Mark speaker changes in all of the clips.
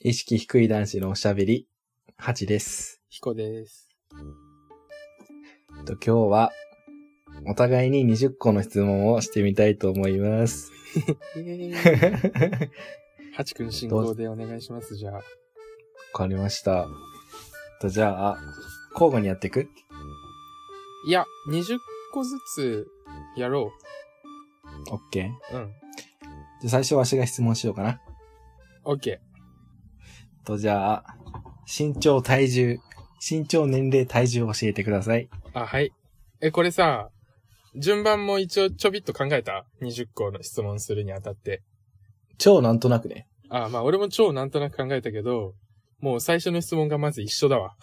Speaker 1: 意識低い男子のおしゃべり、8です。
Speaker 2: 彦 です。
Speaker 1: えっと今日は、お互いに20個の質問をしてみたいと思い ます。
Speaker 2: イエーイハチ君進行でお願いします、じゃあ。
Speaker 1: わかりました。とじゃあ、交互にやっていく
Speaker 2: いや、20個ずつやろ
Speaker 1: ?OK。じゃ
Speaker 2: う。うん。
Speaker 1: あ最初わしが質問しようかな。
Speaker 2: オッケ
Speaker 1: とじゃあ、身長、体重、身長、年齢、体重を教えてください。
Speaker 2: ー。あ、はい。え、これさ、順番も一応ちょびっと考えた ?20 個の質問するにあたって。
Speaker 1: 超なんとなくね。
Speaker 2: あ、まあ俺も超なんとなく考えたけど、もう最初の質問がまず一緒だわ。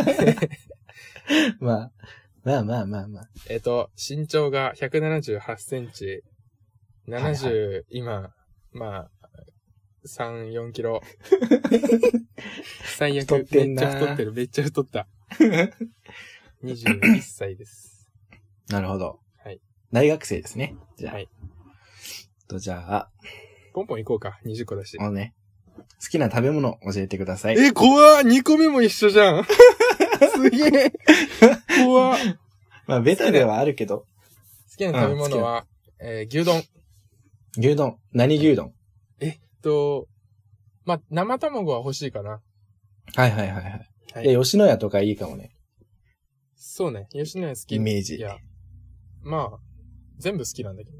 Speaker 1: まあ、まあまあまあまあ。
Speaker 2: えっと、身長が178センチ、70、
Speaker 1: はい
Speaker 2: 今、まあ、3、4キ ロ。最悪、
Speaker 1: 太ってん
Speaker 2: めっ
Speaker 1: な
Speaker 2: ちゃ太ってる、めっちゃ太った。21歳です。
Speaker 1: なるほど。
Speaker 2: はい。
Speaker 1: 大学生ですね。じゃあ。
Speaker 2: はい
Speaker 1: と、じゃあ、
Speaker 2: ポンポン行こうか、20個だし。
Speaker 1: もうね、好きな食べ物教えてください。
Speaker 2: え、怖っ !2 個目も一緒 じゃんすげえ怖っ好
Speaker 1: まあ、ベタではあるけど、
Speaker 2: きな食べ物は、えー牛丼。
Speaker 1: 牛丼、何牛丼
Speaker 2: と、まあ、生卵は欲しいかな。
Speaker 1: はいはいはいはい。
Speaker 2: はい
Speaker 1: いや、吉野家とかいいかもね。
Speaker 2: そうね、吉野家好き。
Speaker 1: イメージ
Speaker 2: いや、まあ、全部好きなんだけど。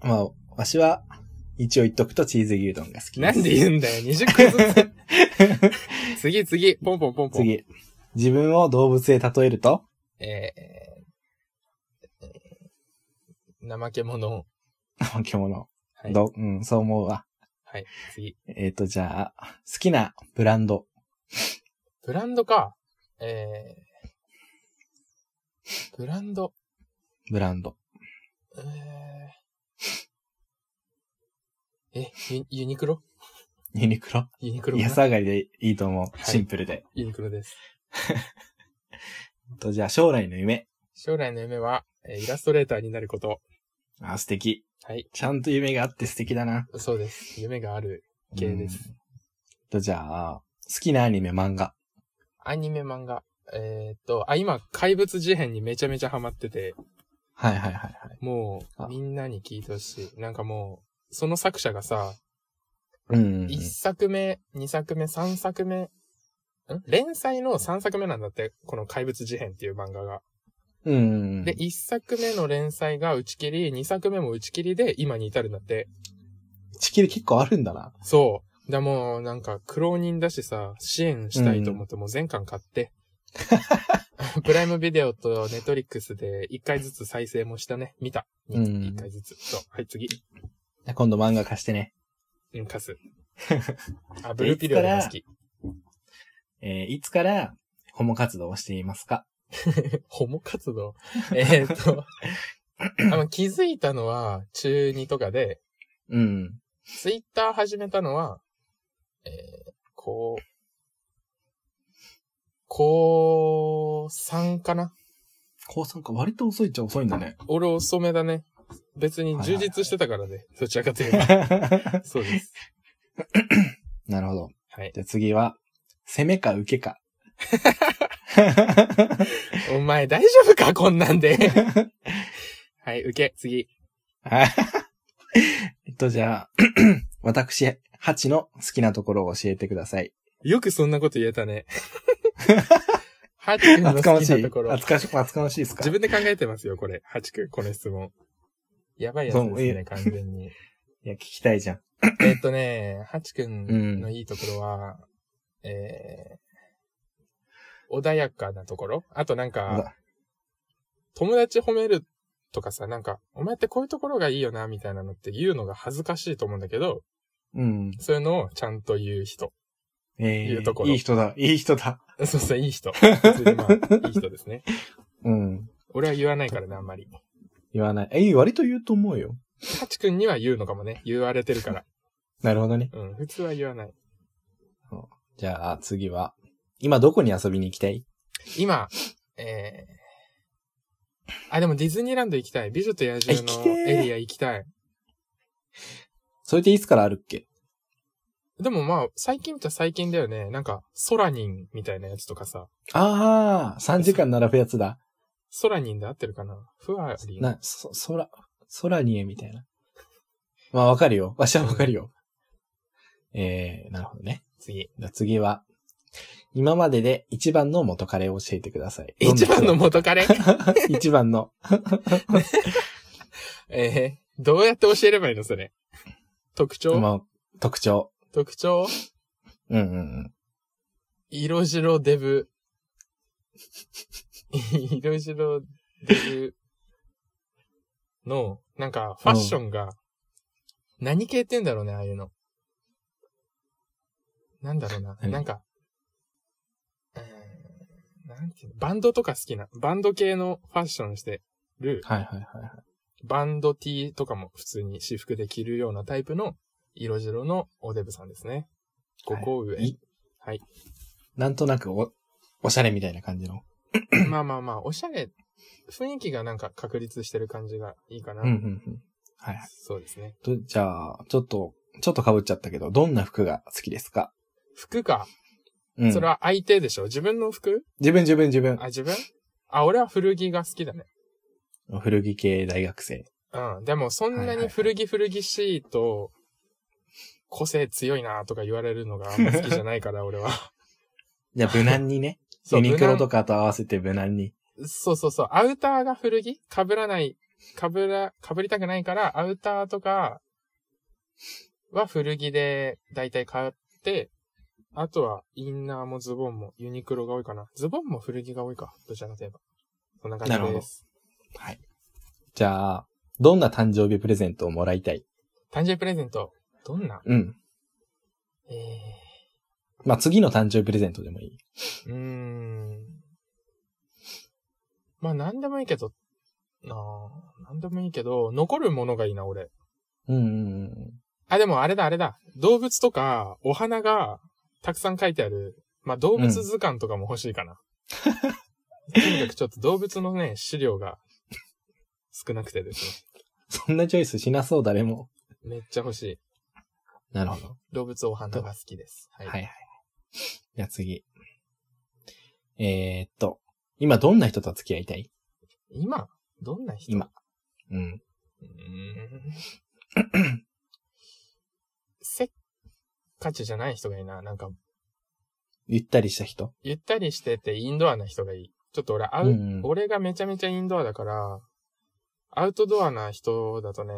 Speaker 1: まあ、わしは、一応言っとくとチーズ牛丼が好き
Speaker 2: な
Speaker 1: です。
Speaker 2: んで言うんだよ、20個ず つ。次、次、ポンポンポンポン。
Speaker 1: 次。自分を動物へ例えると
Speaker 2: えーえーえー怠け者。
Speaker 1: 今日の、
Speaker 2: はい。
Speaker 1: ど、うん、そう思うわ。
Speaker 2: はい、次。
Speaker 1: えっ、と、じゃあ、好きなブランド。
Speaker 2: ブランドか。えー、ブランド。
Speaker 1: ブランド。
Speaker 2: えー、え、ユユニクロ
Speaker 1: ユニクロ
Speaker 2: ユニクロかな
Speaker 1: 安上がりでいいと思。
Speaker 2: はいう
Speaker 1: シンプルで。
Speaker 2: ユニクロです。
Speaker 1: と、じゃあ、将来の夢。
Speaker 2: 将来の夢は、えーイラストレーターになること。
Speaker 1: あ、素敵。
Speaker 2: はい、
Speaker 1: ちゃんと夢があって素敵だな。
Speaker 2: そうです。夢がある系で
Speaker 1: う
Speaker 2: す。
Speaker 1: ん。と、じゃあ、好きなアニメ、漫画。
Speaker 2: アニメ漫画。えーっと、あ、今、怪物事変にめちゃめちゃハマってて、
Speaker 1: はいはいはいはい。
Speaker 2: も
Speaker 1: あ
Speaker 2: う、みんなに聞いてほしい。なんかもう、その作者がさ、
Speaker 1: うん。
Speaker 2: 1作目、2作目、3作目、ん連載の3作目なんだって、この怪物事変っていう漫画が。
Speaker 1: うん。
Speaker 2: で、1作目の連載が打ち切り、2作目も打ち切りで今に至るんだって。
Speaker 1: 地球結構あるんだな。
Speaker 2: そう。だ、もう、なんか、苦労人だしさ、支援したいと思って、もう全巻買って。 プライムビデオとネットリックスで1回ずつ再生もしたね。見た。
Speaker 1: う
Speaker 2: 1
Speaker 1: ん
Speaker 2: 回ずつ。そう。はい、次。
Speaker 1: じゃあ今度漫画貸してね。
Speaker 2: うん、カス。あ、ブルーピリオドが好き。
Speaker 1: えーいつから、ホモ活動をしていますか
Speaker 2: ホモ活動えーっと、あの、気づいたのは、中2とかで、
Speaker 1: うん。
Speaker 2: ツイッター始めたのは、えー、こう、高3かな
Speaker 1: 高3か割と遅いっちゃ遅いんだ ね。
Speaker 2: 俺遅めだね。別に充実してたからね。どちらかと いうと。
Speaker 1: な
Speaker 2: そうです。
Speaker 1: るほど。
Speaker 2: はい。
Speaker 1: じゃあ次は、攻めか受け か。
Speaker 2: お前大丈夫かこんなんで。 はい、受け、次。
Speaker 1: えっと、じゃあ、 私、ハチの好きなところを教えてください。
Speaker 2: よくそんなこと言え たね。ハチ君の
Speaker 1: 厚か
Speaker 2: 好
Speaker 1: ま
Speaker 2: き
Speaker 1: しい。
Speaker 2: なところ。
Speaker 1: 厚かし、厚かましいですか
Speaker 2: 自分で考えてますよ、これ。ハチ君、この質問。やばいやつ
Speaker 1: そ
Speaker 2: で
Speaker 1: う
Speaker 2: す
Speaker 1: い
Speaker 2: ね、
Speaker 1: い
Speaker 2: 完 全に。
Speaker 1: いや、聞きたいじゃん。
Speaker 2: えっとね、ハチ君のいいところは、えー、穏やかなところあとなんか、友達褒めるとかさ、なんか、お前ってこういうところがいいよな、みたいなのって言うのが恥ずかしいと思うんだけど、
Speaker 1: うん。
Speaker 2: そういうのをちゃんと言う人。
Speaker 1: え
Speaker 2: いうとこ
Speaker 1: ー、
Speaker 2: ろ
Speaker 1: いい人だ、いい人だ。
Speaker 2: そうそう、いい人。普通にまあ、いい人ですね。
Speaker 1: うん。
Speaker 2: 俺は言わないからね、あんまり。
Speaker 1: 言わない。え、割と言うと思うよ。
Speaker 2: ハチ君には言うのかもね。言われてるから。
Speaker 1: なるほどね。
Speaker 2: うん、普通は言わない。
Speaker 1: じゃあ、次は、今どこに遊びに行きたい
Speaker 2: 今、えー、あ、でもディズニーランド行きたい。美女と野獣
Speaker 1: 行きて
Speaker 2: の
Speaker 1: ー
Speaker 2: エリア行きたい。
Speaker 1: それっていつからあるっけ
Speaker 2: でもまあ、最近っちゃ最近だよね。なんか、ソラニンみたいなやつとかさ。
Speaker 1: ああ、3時間並ぶやつだ。
Speaker 2: ソラニンで合ってるかなフワリン。
Speaker 1: な、そ、そら、ソラニエみたいな。まあわかるよ。わしはわかるよ。えー、なるほどね。
Speaker 2: 次。
Speaker 1: じゃあ次は、今までで一番の元彼を教えてください。
Speaker 2: 一番の元 彼
Speaker 1: 一番の。
Speaker 2: えー、どうやって教えればいいのそれ。特徴、
Speaker 1: まあ、特徴。
Speaker 2: 特徴
Speaker 1: うんうんうん。
Speaker 2: 色白デブ。 色白デブの、なんか、ファッションが、何系って言うんだろうね、ああいうの。なんだろうな、
Speaker 1: 何
Speaker 2: なんか、うーんなんていうの、バンドとか好きな、バンド系のファッションしてる、
Speaker 1: はいはいはいはい。
Speaker 2: バンド T とかも普通に私服で着るようなタイプの、色白のおデブさんですね。5個上。
Speaker 1: い
Speaker 2: はい。
Speaker 1: なんとなくお、おしゃれみたいな感じの。
Speaker 2: まあまあまあ、おしゃれ、雰囲気がなんか確立してる感じがいいかな。
Speaker 1: うんうんうん。はいはい。
Speaker 2: そうですね。
Speaker 1: とじゃあ、ちょっと、ちょっと被っちゃったけど、どんな服が好きですか
Speaker 2: 服か。
Speaker 1: うん。
Speaker 2: それは相手でしょ自分の服
Speaker 1: 自分自分自分
Speaker 2: あ、。自分あ、俺は古着が好きだね。
Speaker 1: 古着系大学生。
Speaker 2: うん。でもそん
Speaker 1: は
Speaker 2: ない
Speaker 1: はいは
Speaker 2: に
Speaker 1: い
Speaker 2: 古着古着しいと、個性強いなとか言われるのがあんま好きじゃないか ら、俺は。
Speaker 1: じゃあ無難にね。
Speaker 2: そ
Speaker 1: ユ
Speaker 2: う
Speaker 1: ニクロ
Speaker 2: 無難
Speaker 1: とかと合わせて無難に。
Speaker 2: そうそうそう。アウターが古着被らない、被ら、被りたくないから、アウターとかは古着で大体買って、あとはインナーもズボンもユニクロが多いかな。ズボンも古着が多いか。どちらかといえば。そんな感
Speaker 1: なる
Speaker 2: じ
Speaker 1: ほど
Speaker 2: です。
Speaker 1: はい。じゃあ、どんな誕生日プレゼントをもらいたい
Speaker 2: 誕生日プレゼント。どんな
Speaker 1: うん。
Speaker 2: え
Speaker 1: まあ、次の誕生日プレゼントでもいい。
Speaker 2: ー、うーん。まあ何でもいいけど、なあ何でもいいけど、残るものがいいな、俺。
Speaker 1: うんうんうん。
Speaker 2: あ、でもあれだあれだ。動物とか、お花が、たくさん書いてある。まあ、動物図鑑とかも欲しいかな。とにかくちょっと動物のね、資料が、少なくてです
Speaker 1: そんなチョイスしなそう、誰も。
Speaker 2: ね。めっちゃ欲しい。
Speaker 1: なるほど。
Speaker 2: 動物お花が好きです。は。
Speaker 1: はいいはい。じゃあ次。えー、っと、今どんな人と付き合いたい
Speaker 2: 今、どんな人
Speaker 1: 今。うん。
Speaker 2: うーんせっかちじゃない人がいいな。なんか、
Speaker 1: ゆったりした人
Speaker 2: ゆったりしててインドアな人がいい。ちょっと俺、アウ、
Speaker 1: うんうん
Speaker 2: 俺がめちゃめちゃインドアだから、アウトドアな人だとね、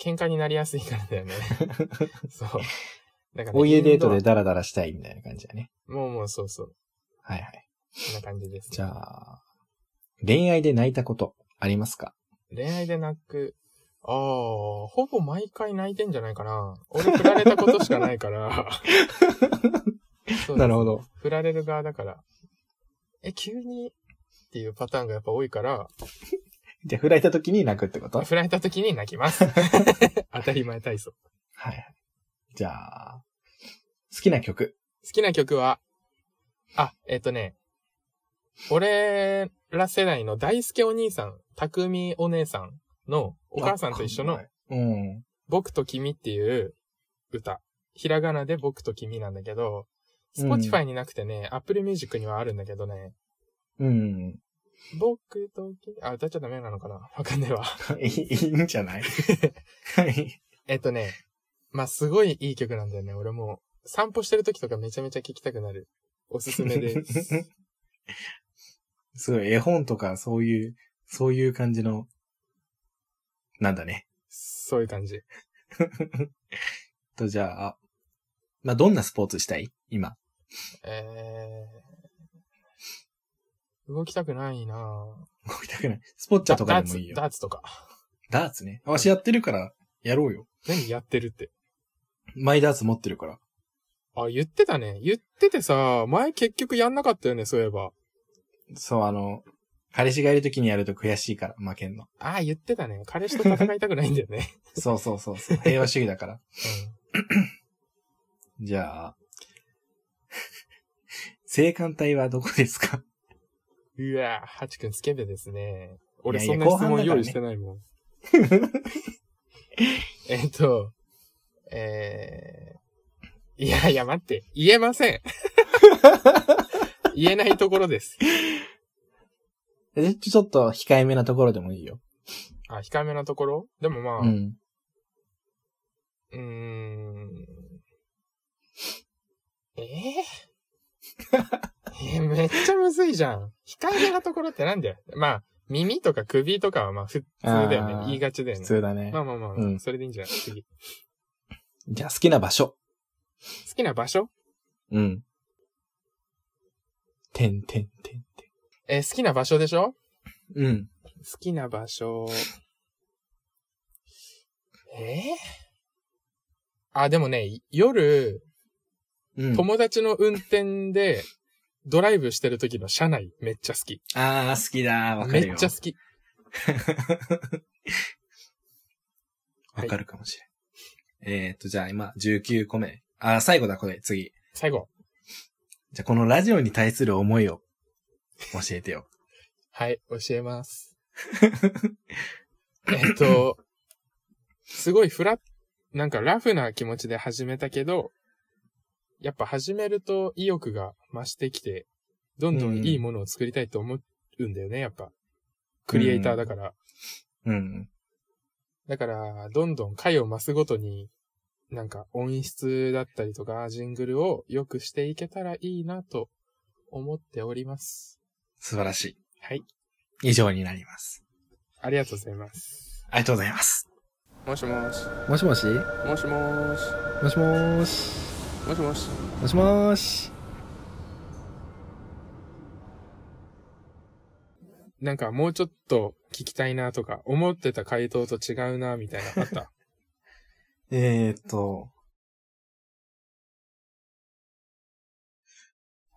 Speaker 2: 喧嘩になりやすいから だよね。そう。だからね
Speaker 1: お家デートで
Speaker 2: イン
Speaker 1: ダラダラしたいみたいな感じだね。
Speaker 2: アもうもうそうそう。
Speaker 1: はいはい。
Speaker 2: こんな感じです、
Speaker 1: じゃあ、恋愛で泣いたことありますか
Speaker 2: 恋愛で泣く。ああ、ほぼ毎回泣いてんじゃないかな。俺振られたことしかな いから。そうです
Speaker 1: なるほど。
Speaker 2: 振られる側だから。え、急にっていうパターンがやっぱ多いから、
Speaker 1: じゃあ、振られた時に泣くってことはい
Speaker 2: 振られた時に泣き ます。当たり前体操。
Speaker 1: はい。じゃあ、好きな曲。
Speaker 2: 好きな曲は、あ、えっ、とね、俺ら世代の大輔お兄さん、匠お姉さんのお母さんと一緒の
Speaker 1: あ。うん。
Speaker 2: 僕と君っていう歌。ひらがなで僕と君なんだけど、
Speaker 1: う
Speaker 2: Spotify
Speaker 1: ん
Speaker 2: になくてね、Apple Music にはあるんだけどね、
Speaker 1: うん。
Speaker 2: 僕と君、あ、歌っちゃダメなのかなわかんねえわ。
Speaker 1: いいいいんじゃ ないはい。
Speaker 2: えっとね、まあ、すごいいい曲なんだよね。俺もう、散歩してる時とかめちゃめちゃ聴きたくなる。おすす めです。
Speaker 1: すごい、絵本とかそういう、そういう感じの、なんだね。
Speaker 2: そういう感じ。
Speaker 1: と、じゃあ、まあ、どんなスポーツしたい今。
Speaker 2: えー、動きたくないなぁ。
Speaker 1: 動きたくない。スポッチャとかでもいいよ。
Speaker 2: ダーツダーツとか。
Speaker 1: ダーツね。あわしやってるから、やろうよ。
Speaker 2: 何やってるって。
Speaker 1: マイダーツ持ってるから。
Speaker 2: あ、言ってたね。言っててさ、前結局やんなかったよね、そういえば。
Speaker 1: そう、あの、彼氏がいる時にやると悔しいから、負けんの。
Speaker 2: あー言ってたね。彼氏と戦いたくないんだよ ね。
Speaker 1: そうそうそう そう。平和主義だから。じゃあ、 性感帯はどこですか
Speaker 2: うん。うわぁ、ハチ君スケベですね。俺
Speaker 1: いや
Speaker 2: そ
Speaker 1: い
Speaker 2: ん
Speaker 1: や
Speaker 2: な 質
Speaker 1: 後半だ
Speaker 2: 問
Speaker 1: から
Speaker 2: 用
Speaker 1: ね
Speaker 2: 意してないもん。えっと、えー、いやいや、待って、言えません。言えないところです。
Speaker 1: えちょっと控えめなところでもいいよ。
Speaker 2: あ、控えめなところでもまあ、
Speaker 1: う。
Speaker 2: うんーん。えー、えーめっちゃむずいじゃん。控えめなところってなんだよ。まあ、耳とか首とかはまあ普通だよ
Speaker 1: あ
Speaker 2: ね
Speaker 1: ー。
Speaker 2: 言いがちだよ
Speaker 1: 普
Speaker 2: ね。
Speaker 1: 通だね
Speaker 2: ま。あまあまあ、
Speaker 1: うん
Speaker 2: それでいいんじゃない次。
Speaker 1: じゃあ好きな場所。
Speaker 2: 好きな場所
Speaker 1: うん。てんてんてんて
Speaker 2: えー好きな場所でしょ
Speaker 1: ん。うん。
Speaker 2: 好きな場所。えーあ、でもね、夜、
Speaker 1: うん。
Speaker 2: 友達の運転で、ドライブしてる時の車内、めっちゃ好き。
Speaker 1: ああ、好きだ。わか
Speaker 2: め
Speaker 1: るよ。
Speaker 2: っちゃ好 き。
Speaker 1: わかるかもしれん。えーっと、じゃあ今、19個目。あー、最後だ、これ、次。
Speaker 2: 最後。
Speaker 1: じゃあこのラジオに対する思いを、教えてよ。
Speaker 2: はい、教え ます。えっと、すごいフラッ、なんかラフな気持ちで始めたけど、やっぱ始めると意欲が増してきて、どんどんいいものを作りたいと思うんだよね、やっぱ。クリエイターだから。
Speaker 1: うん。
Speaker 2: だから、どんどん回を増すごとに、なんか音質だったりとか、ジングルを良くしていけたらいいなと思っております。
Speaker 1: 素晴らし
Speaker 2: はい。
Speaker 1: い。以上になります。
Speaker 2: ありがとうございます。
Speaker 1: ありがとうございます。
Speaker 2: もしもし。
Speaker 1: もしもし
Speaker 2: もしもーし。
Speaker 1: もしもーし。
Speaker 2: もしもし。
Speaker 1: もしもーし。
Speaker 2: なんかもうちょっと聞きたいなとか、思ってた回答と違うなみたいな のあった。
Speaker 1: えーっと。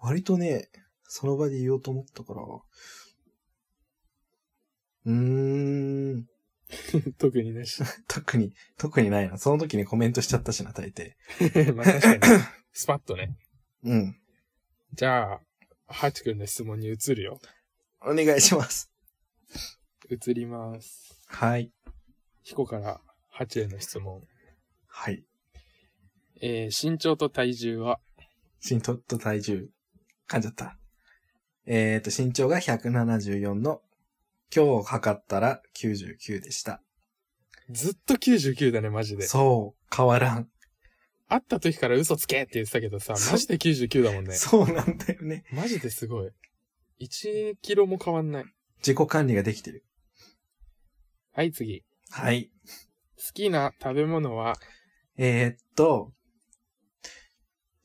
Speaker 1: 割とね、その場で言おうと思ったから。うーん。
Speaker 2: 特になし。
Speaker 1: 特に、特にないな。その時にコメントしちゃったしな、大抵。
Speaker 2: まあ確 かに。スパッとね。
Speaker 1: うん。
Speaker 2: じゃあ、ハチ君の質問に移るよ。
Speaker 1: お願いします。
Speaker 2: 移ります。
Speaker 1: はい。
Speaker 2: ヒコからハチへの質問。
Speaker 1: はい。
Speaker 2: えー、身長と体重は
Speaker 1: 身長と体重、噛んじゃった。えーっと、身長が174の、今日測ったら99でした。
Speaker 2: ずっと99だね、マジで。
Speaker 1: そう、変わらん。
Speaker 2: 会った時から嘘つけって言ってたけどさ、
Speaker 1: そう
Speaker 2: マジで99だもんね。
Speaker 1: そうなんだよね。
Speaker 2: マジですごい。1キロも変わんない。
Speaker 1: 自己管理ができてる。
Speaker 2: はい、次。
Speaker 1: はい。
Speaker 2: 好きな食べ物は、
Speaker 1: えーっと、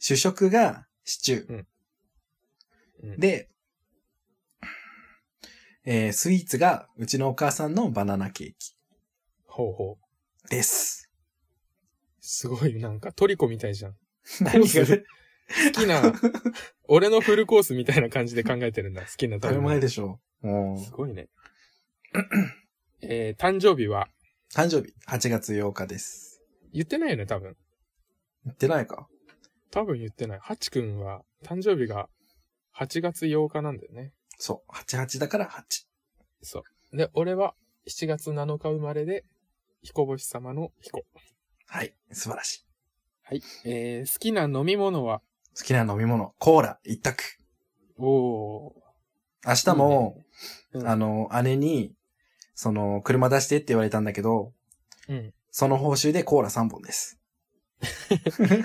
Speaker 1: 主食がシチュー。
Speaker 2: うん、
Speaker 1: で、えースイーツがうちのお母さんのバナナケーキ
Speaker 2: ほうほう。
Speaker 1: です。
Speaker 2: すごい、なんかトリコみたいじゃん。
Speaker 1: 何が
Speaker 2: す好き な、俺のフルコースみたいな感じで考えてるんだ。好きな
Speaker 1: 当た
Speaker 2: 食べ
Speaker 1: り前
Speaker 2: 物。
Speaker 1: でしょ。も
Speaker 2: す
Speaker 1: う
Speaker 2: ごいね。えー、誕生日は、
Speaker 1: 誕生日、8月8日です。
Speaker 2: 言ってないよね、多分。
Speaker 1: 言ってないか
Speaker 2: 多分言ってない。ハチ君は、誕生日が8月8日なんだよね。
Speaker 1: そう、88だから8。
Speaker 2: そう。で、俺は7月7日生まれで、彦星様の彦。
Speaker 1: はい、素晴らしい。
Speaker 2: はい。えー、好きな飲み物は、
Speaker 1: 好きな飲み物、コーラ一択。
Speaker 2: おー。
Speaker 1: 明日も、
Speaker 2: うん
Speaker 1: あの、姉に、その、車出してって言われたんだけど、
Speaker 2: うん。
Speaker 1: その報酬でコーラ3本です。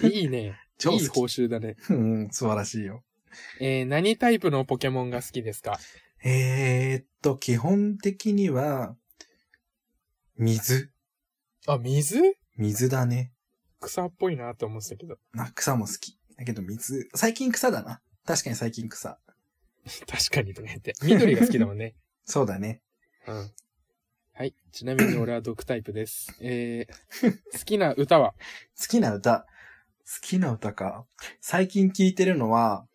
Speaker 2: いいね。
Speaker 1: 超好
Speaker 2: い
Speaker 1: き
Speaker 2: い報酬だね。
Speaker 1: うん、素晴らしいよ。
Speaker 2: えー、何タイプのポケモンが好きですか
Speaker 1: えー、っと、基本的には、水。
Speaker 2: あ、水
Speaker 1: 水だね。
Speaker 2: 草っぽいなって思ってたけど。
Speaker 1: な、草も好き。だけど水。最近草だな。確かに最近草。
Speaker 2: 確かにとか言って。緑が好きだもん ね。
Speaker 1: そうだね。
Speaker 2: うん。はい。ちなみに俺は毒タイプです。え ー、好きな歌は
Speaker 1: 好きな歌。好きな歌か。最近聴いてるのは、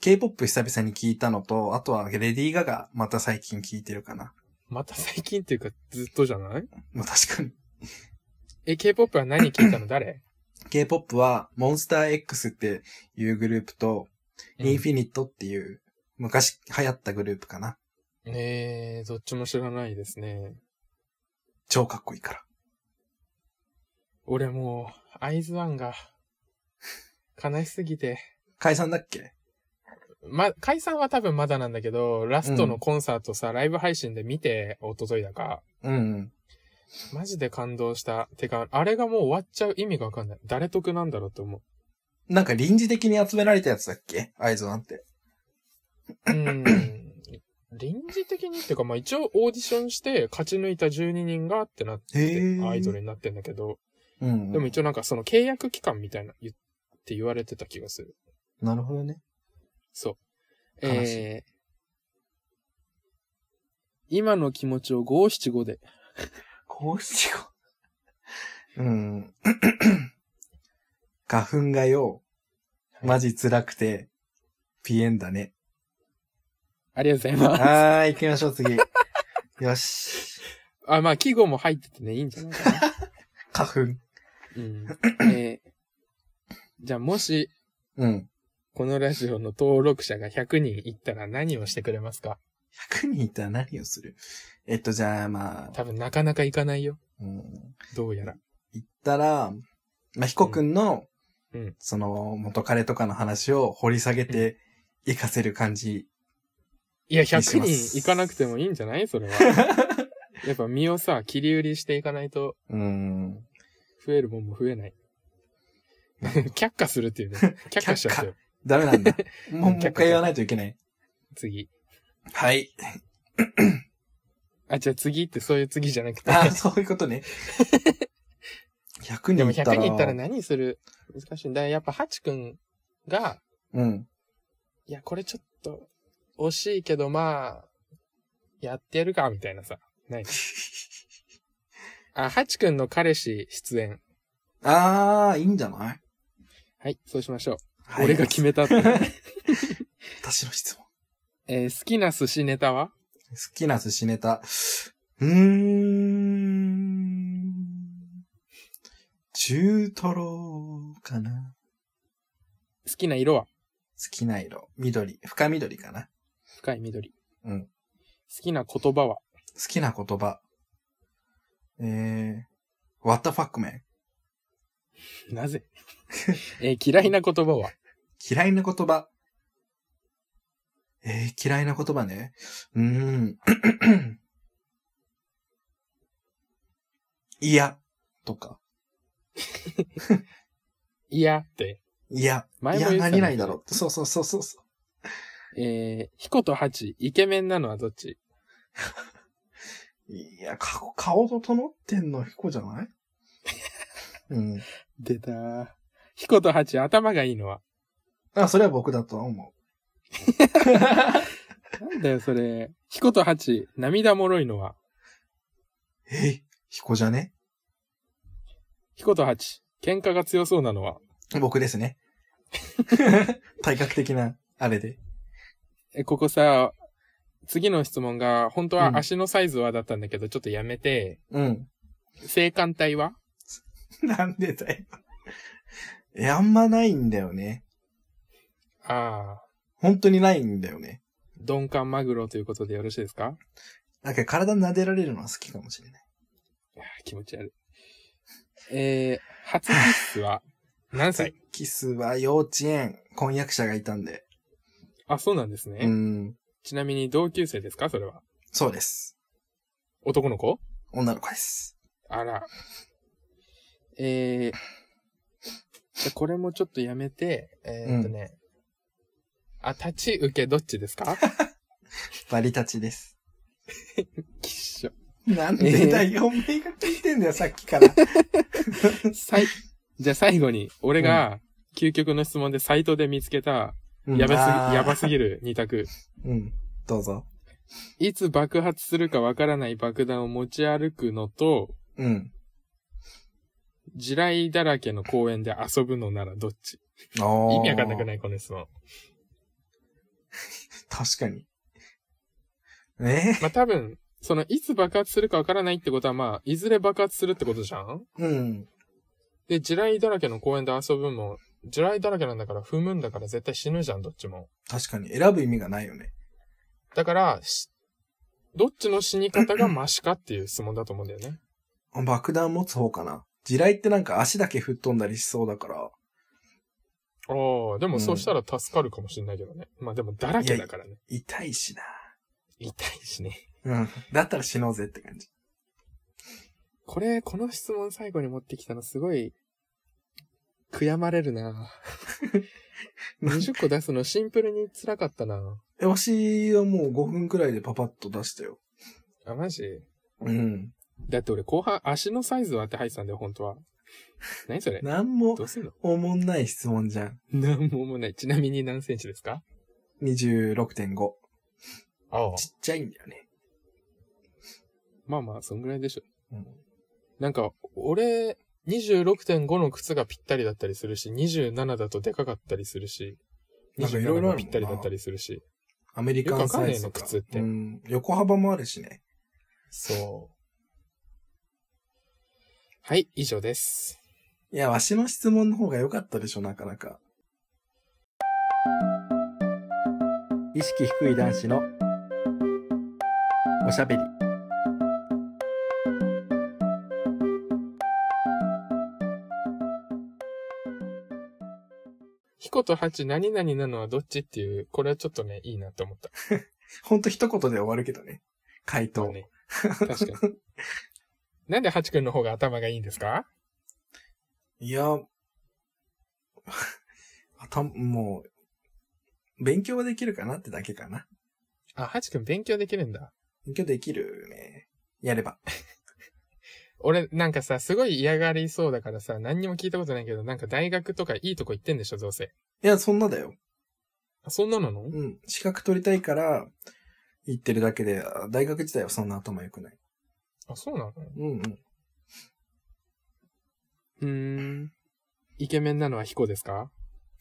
Speaker 1: K-POP 久々に聴いたのと、あとはレディーガガ、また最近聴いてるかな。
Speaker 2: また最近っていうかずっとじゃない
Speaker 1: まあ確かに。
Speaker 2: え、K-POP は何聞いたの 誰
Speaker 1: K-POP は、モンスター X っていうグループと、インフィニットっていう、昔流行ったグループかな。
Speaker 2: えー、どっちも知らないですね。
Speaker 1: 超かっこいいから。
Speaker 2: 俺もう、アイズワンが、悲しすぎて。
Speaker 1: 解散だっけ
Speaker 2: ま、解散は多分まだなんだけど、ラストのコンサートさ、ライブ配信で見て、一昨日だか。
Speaker 1: うんうん。
Speaker 2: マジで感動した。てか、あれがもう終わっちゃう意味がわかんない。誰得なんだろうと思う。
Speaker 1: なんか臨時的に集められたやつだっけアイズワンって。
Speaker 2: うん。臨時的にっていうか、まあ一応オーディションして勝ち抜いた12人がってなっ
Speaker 1: へ
Speaker 2: て、
Speaker 1: ー
Speaker 2: アイドルになってんだけど、
Speaker 1: うん、うん。
Speaker 2: でも一応なんかその契約期間みたいな言って言われてた気がする。
Speaker 1: なるほどね。
Speaker 2: そう。
Speaker 1: 悲しい
Speaker 2: えー今の気持ちを五七五で。
Speaker 1: こうしよう。うん。 花粉がよ、マジ辛くて、ピエンだね。
Speaker 2: ありがとうございます。
Speaker 1: はーい、行きましょう、 次。よし。
Speaker 2: あ、まあ、季語も入っててね、いいんじゃないか な。
Speaker 1: 花粉。
Speaker 2: うん。えーじゃあ、もし、
Speaker 1: うん。
Speaker 2: このラジオの登録者が100人いったら何をしてくれますか
Speaker 1: 100人いたら何をするえっと、じゃあ、まあ、
Speaker 2: 多分なかなかいかないよ。
Speaker 1: うん、
Speaker 2: どうやら。
Speaker 1: 行ったら、まあ、ヒコくんの、
Speaker 2: うんうん
Speaker 1: その、元彼とかの話を掘り下げて、活かせる感じ。
Speaker 2: いや、
Speaker 1: し
Speaker 2: 100
Speaker 1: ます
Speaker 2: 人いかなくてもいいんじゃない それは。やっぱ身をさ、切り売りしていかないと、
Speaker 1: うん。
Speaker 2: 増えるもんも増えない。 却下するっていうね。却下しちゃったよ。
Speaker 1: ダメ なんだ。もう、
Speaker 2: うん
Speaker 1: もう一回言わないといけない。
Speaker 2: 次。
Speaker 1: はい。
Speaker 2: あ、じゃあ次ってそういう次じゃなくて。
Speaker 1: ああ、そういうことね。100人
Speaker 2: でも
Speaker 1: いったら。
Speaker 2: 100人いったら何する難しいんだ。やっぱハチ君が、
Speaker 1: うん。
Speaker 2: いや、これちょっと、惜しいけど、まあ、やってやるか、みたいなさ。 ない。あ、ハチ君の彼氏出演。
Speaker 1: ああ、いいんじゃない
Speaker 2: はい、そうしましょう。
Speaker 1: はい
Speaker 2: 俺が決めた って。
Speaker 1: 私の質問。
Speaker 2: えー好きな寿司ネタは
Speaker 1: 好きな寿司ネタ。うーん。中トロかな。
Speaker 2: 好きな色は
Speaker 1: 好きな色。緑。深緑かな。
Speaker 2: 深い緑。
Speaker 1: うん
Speaker 2: 好きな言葉は
Speaker 1: 好きな言葉。えー、what the fuck man?
Speaker 2: な ぜえー嫌いな言葉は
Speaker 1: 嫌いな言葉。えー、嫌いな言葉ね。うーん。 いや、とか。
Speaker 2: いやって。
Speaker 1: いや、
Speaker 2: 前
Speaker 1: い
Speaker 2: も
Speaker 1: や、
Speaker 2: 言ってたね
Speaker 1: 何々だろうって。そうそうそうそうそう。
Speaker 2: えー、ヒコとハチ、イケメンなのはどっち
Speaker 1: いや、顔、顔整ってんの彦じゃないうん。
Speaker 2: 出たー。ヒコとハチ、頭がいいのは
Speaker 1: あ、それは僕だとは思
Speaker 2: なんだよ、それ。ヒコとハチ、涙もろいのは
Speaker 1: う。 え、彦じゃね
Speaker 2: ヒコとハチ、喧嘩が強そうなのは、
Speaker 1: 僕ですね。 体格的な、あれで。
Speaker 2: え、ここさ、次の質問が、本当
Speaker 1: うん
Speaker 2: は足のサイズはだったんだけど、ちょっとやめて、
Speaker 1: うん。
Speaker 2: 性感帯は
Speaker 1: なんでだよ。え、あんまないんだよね。
Speaker 2: ああ、
Speaker 1: 本当にないんだよね。
Speaker 2: 鈍感マグロということでよろしいですか
Speaker 1: なんか体撫でられるのは好きかもしれない。
Speaker 2: いやー気持ち悪い。えー、初キッス は、何歳
Speaker 1: キスは幼稚園、婚約者がいたんで。
Speaker 2: あ、そうなんですね。
Speaker 1: うん。
Speaker 2: ちなみに同級生ですかそれは。
Speaker 1: そうです。
Speaker 2: 男の子
Speaker 1: 女の子です。
Speaker 2: あら。えー、じゃあこれもちょっとやめて、えーっとね、あ、立ち受けどっちですか
Speaker 1: バリ立ちです。
Speaker 2: きっしょ。
Speaker 1: なんでだよ、おめえが聞いてんだよ、さっき から。
Speaker 2: さい、じゃあ最後に、俺が、究極の質問でサイトで見つけた、
Speaker 1: うん
Speaker 2: やばす
Speaker 1: あー
Speaker 2: ぎ、やばすぎる二択。
Speaker 1: うん。どうぞ。
Speaker 2: いつ爆発するかわからない爆弾を持ち歩くのと、
Speaker 1: うん。
Speaker 2: 地雷だらけの公園で遊ぶのならどっち
Speaker 1: 意。
Speaker 2: 意味わかんなくないいこの質問。
Speaker 1: 確かに。ね
Speaker 2: まあ、多分、その、いつ爆発するかわからないってことは、まあ、いずれ爆発するってことじゃん
Speaker 1: え。うん。
Speaker 2: で、地雷だらけの公園で遊ぶも、地雷だらけなんだから踏むんだから絶対死ぬじゃん、どっちも。
Speaker 1: 確かに。選ぶ意味がないよね。
Speaker 2: だから、しどっちの死に方がマシかっていう質問だと思うんだよね。
Speaker 1: あ爆弾持つ方かな。地雷ってなんか足だけ吹っ飛んだりしそうだから。
Speaker 2: ああ、でもそうしたら助かるかもしれないけどね。まあでもだらけだからね。
Speaker 1: 痛いしな。
Speaker 2: 痛いしね。
Speaker 1: うん。だったら死のうぜって感じ。
Speaker 2: これ、この質問最後に持ってきたのすごい、悔やまれる な20個出すのシンプルに辛かったな
Speaker 1: え、わしはもう5分くらいでパパッと出したよ。
Speaker 2: あ、マジ
Speaker 1: うん。
Speaker 2: だって俺後半足のサイズはって入ってたんだよ、本当は。何それ
Speaker 1: なんも
Speaker 2: どうすんの
Speaker 1: おもんない質問じゃん。
Speaker 2: 何ももない。ちなみに何センチですか
Speaker 1: 26.5。
Speaker 2: ああ。
Speaker 1: ちっちゃいんだよね。
Speaker 2: まあまあ、そんぐらいでしょ。
Speaker 1: うん
Speaker 2: なんか、俺、26.5の靴がぴったりだったりするし、27だとでかかったりするし、
Speaker 1: なんかいろいろ
Speaker 2: 27
Speaker 1: あ
Speaker 2: が
Speaker 1: るもんな
Speaker 2: ぴったりだったりするし。
Speaker 1: アメリカンサイズと
Speaker 2: よくわかんないの靴って
Speaker 1: うん。横幅もあるしね。
Speaker 2: そう。はい、以上です。
Speaker 1: いや、わしの質問の方が良かったでしょ、なかなか。意識低い男子のおしゃべり。
Speaker 2: ヒコとハチ何々なのはどっちっていう、これはちょっとね、いいなって思った。
Speaker 1: ほんと一言で終わるけどね。回答。
Speaker 2: ね。確か に。なんでハチ君の方が頭がいいんですか
Speaker 1: いや、 あた、もう、勉強はできるかなってだけかな。
Speaker 2: あ、ハチ君勉強できるんだ。
Speaker 1: 勉強できるね。やれば。
Speaker 2: 俺、なんかさ、すごい嫌がりそうだからさ、何にも聞いたことないけど、なんか大学とかいいとこ行ってんでしょ、どうせ。
Speaker 1: いや、そんなだよ。
Speaker 2: あそんなのの
Speaker 1: うん。資格取りたいから、言ってるだけで、あ大学自体はそんな頭良くない。
Speaker 2: あ、そうなの
Speaker 1: うんうん。
Speaker 2: うーん。イケメンなのはヒコですか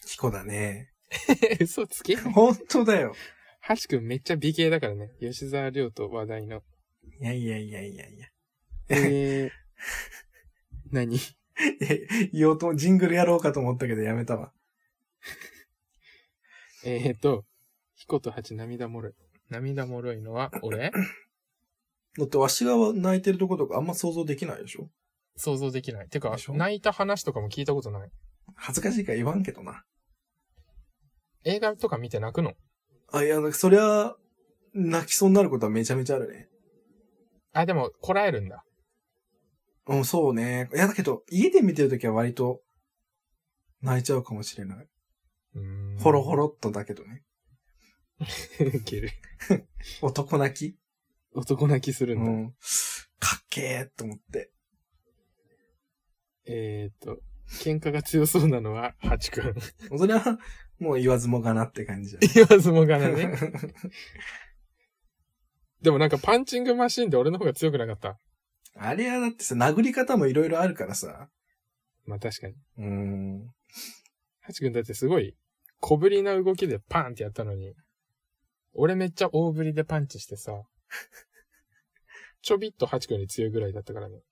Speaker 1: 彦だね。
Speaker 2: 嘘つき
Speaker 1: 本当だよ。
Speaker 2: ハチ君めっちゃ美形だからね。吉沢亮と話題の。
Speaker 1: いやいやいやいやいや。
Speaker 2: えー、 何
Speaker 1: え言おうと、ジングルやろうかと思ったけどやめたわ。
Speaker 2: えーと、ヒコとハチ涙もろい。涙もろいのは俺
Speaker 1: だってわしが泣いてるとことかあんま想像できないでしょ
Speaker 2: 想像できない。てか
Speaker 1: でし、ょ
Speaker 2: 泣いた話とかも聞いたことない。
Speaker 1: 恥ずかしいから言わんけどな。
Speaker 2: 映画とか見て泣くの
Speaker 1: あ、いや、そりゃ、泣きそうになることはめちゃめちゃあるね。
Speaker 2: あ、でも、こらえるんだ。
Speaker 1: うん、そうね。いや、だけど、家で見てるときは割と、泣いちゃうかもしれない。
Speaker 2: うーん
Speaker 1: ほろほ。 ろっとだけどね。
Speaker 2: ウケる。
Speaker 1: 男泣き
Speaker 2: 男泣きする
Speaker 1: うん
Speaker 2: だ。
Speaker 1: ん。かっけーと思って。
Speaker 2: えーと、喧嘩が強そうなのは、ハチ君。
Speaker 1: それは、もう言わずもがなって感じだね。
Speaker 2: 言わずもがなね。でもなんかパンチングマシンで俺の方が強くなかった。
Speaker 1: あれはだってさ、殴り方もいろいろあるからさ。
Speaker 2: まあ確かに。
Speaker 1: うーん。
Speaker 2: ハチ君だってすごい、小ぶりな動きでパンってやったのに、俺めっちゃ大ぶりでパンチしてさ、ちょびっとハチ君に強いぐらいだったからね。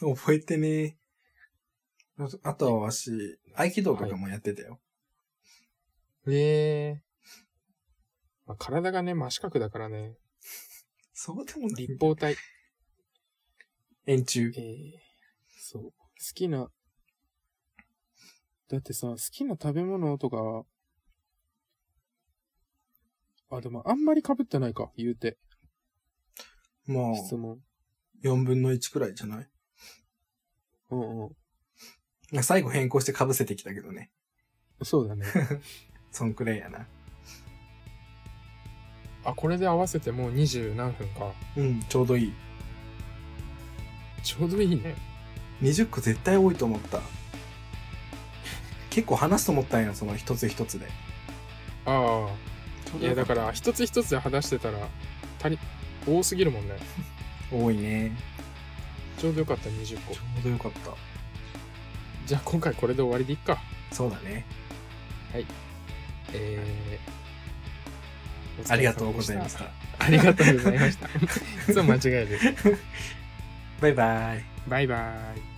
Speaker 1: 覚えてねあとはわし、合気道とかもやってたよ。
Speaker 2: ええまあ、体がね、真四角だからね、
Speaker 1: そうでもない
Speaker 2: 立。方体。
Speaker 1: 円柱。
Speaker 2: えー、そう。好きな、だってさ、好きな食べ物とか、あ、でもあんまり被ってないか、言うて、
Speaker 1: まあ、
Speaker 2: 質問。
Speaker 1: 4分の1くらいじゃない
Speaker 2: うんうん。
Speaker 1: まあ最後変更して被せてきたけどね。
Speaker 2: そうだね。
Speaker 1: そんくらいやな。
Speaker 2: あ、これで合わせてもう二十何分か。
Speaker 1: うん、ちょうどいい。
Speaker 2: ちょうどいいね。
Speaker 1: 20個絶対多いと思った。結構話すと思ったんや、その一つ一つで。。
Speaker 2: ああ。いや、だからら、一つ一つで話してたら、足り、多すぎるもんね。
Speaker 1: 多いね。
Speaker 2: ちょうどよかった、20個
Speaker 1: ちょ。うどよかった。
Speaker 2: じゃあ、今回これで終わりでいっか。
Speaker 1: そうだね。
Speaker 2: えー、
Speaker 1: ありがとうございまし。た。
Speaker 2: ありが とうございました。いつも間違える。
Speaker 1: バイバイ。
Speaker 2: バイバイ。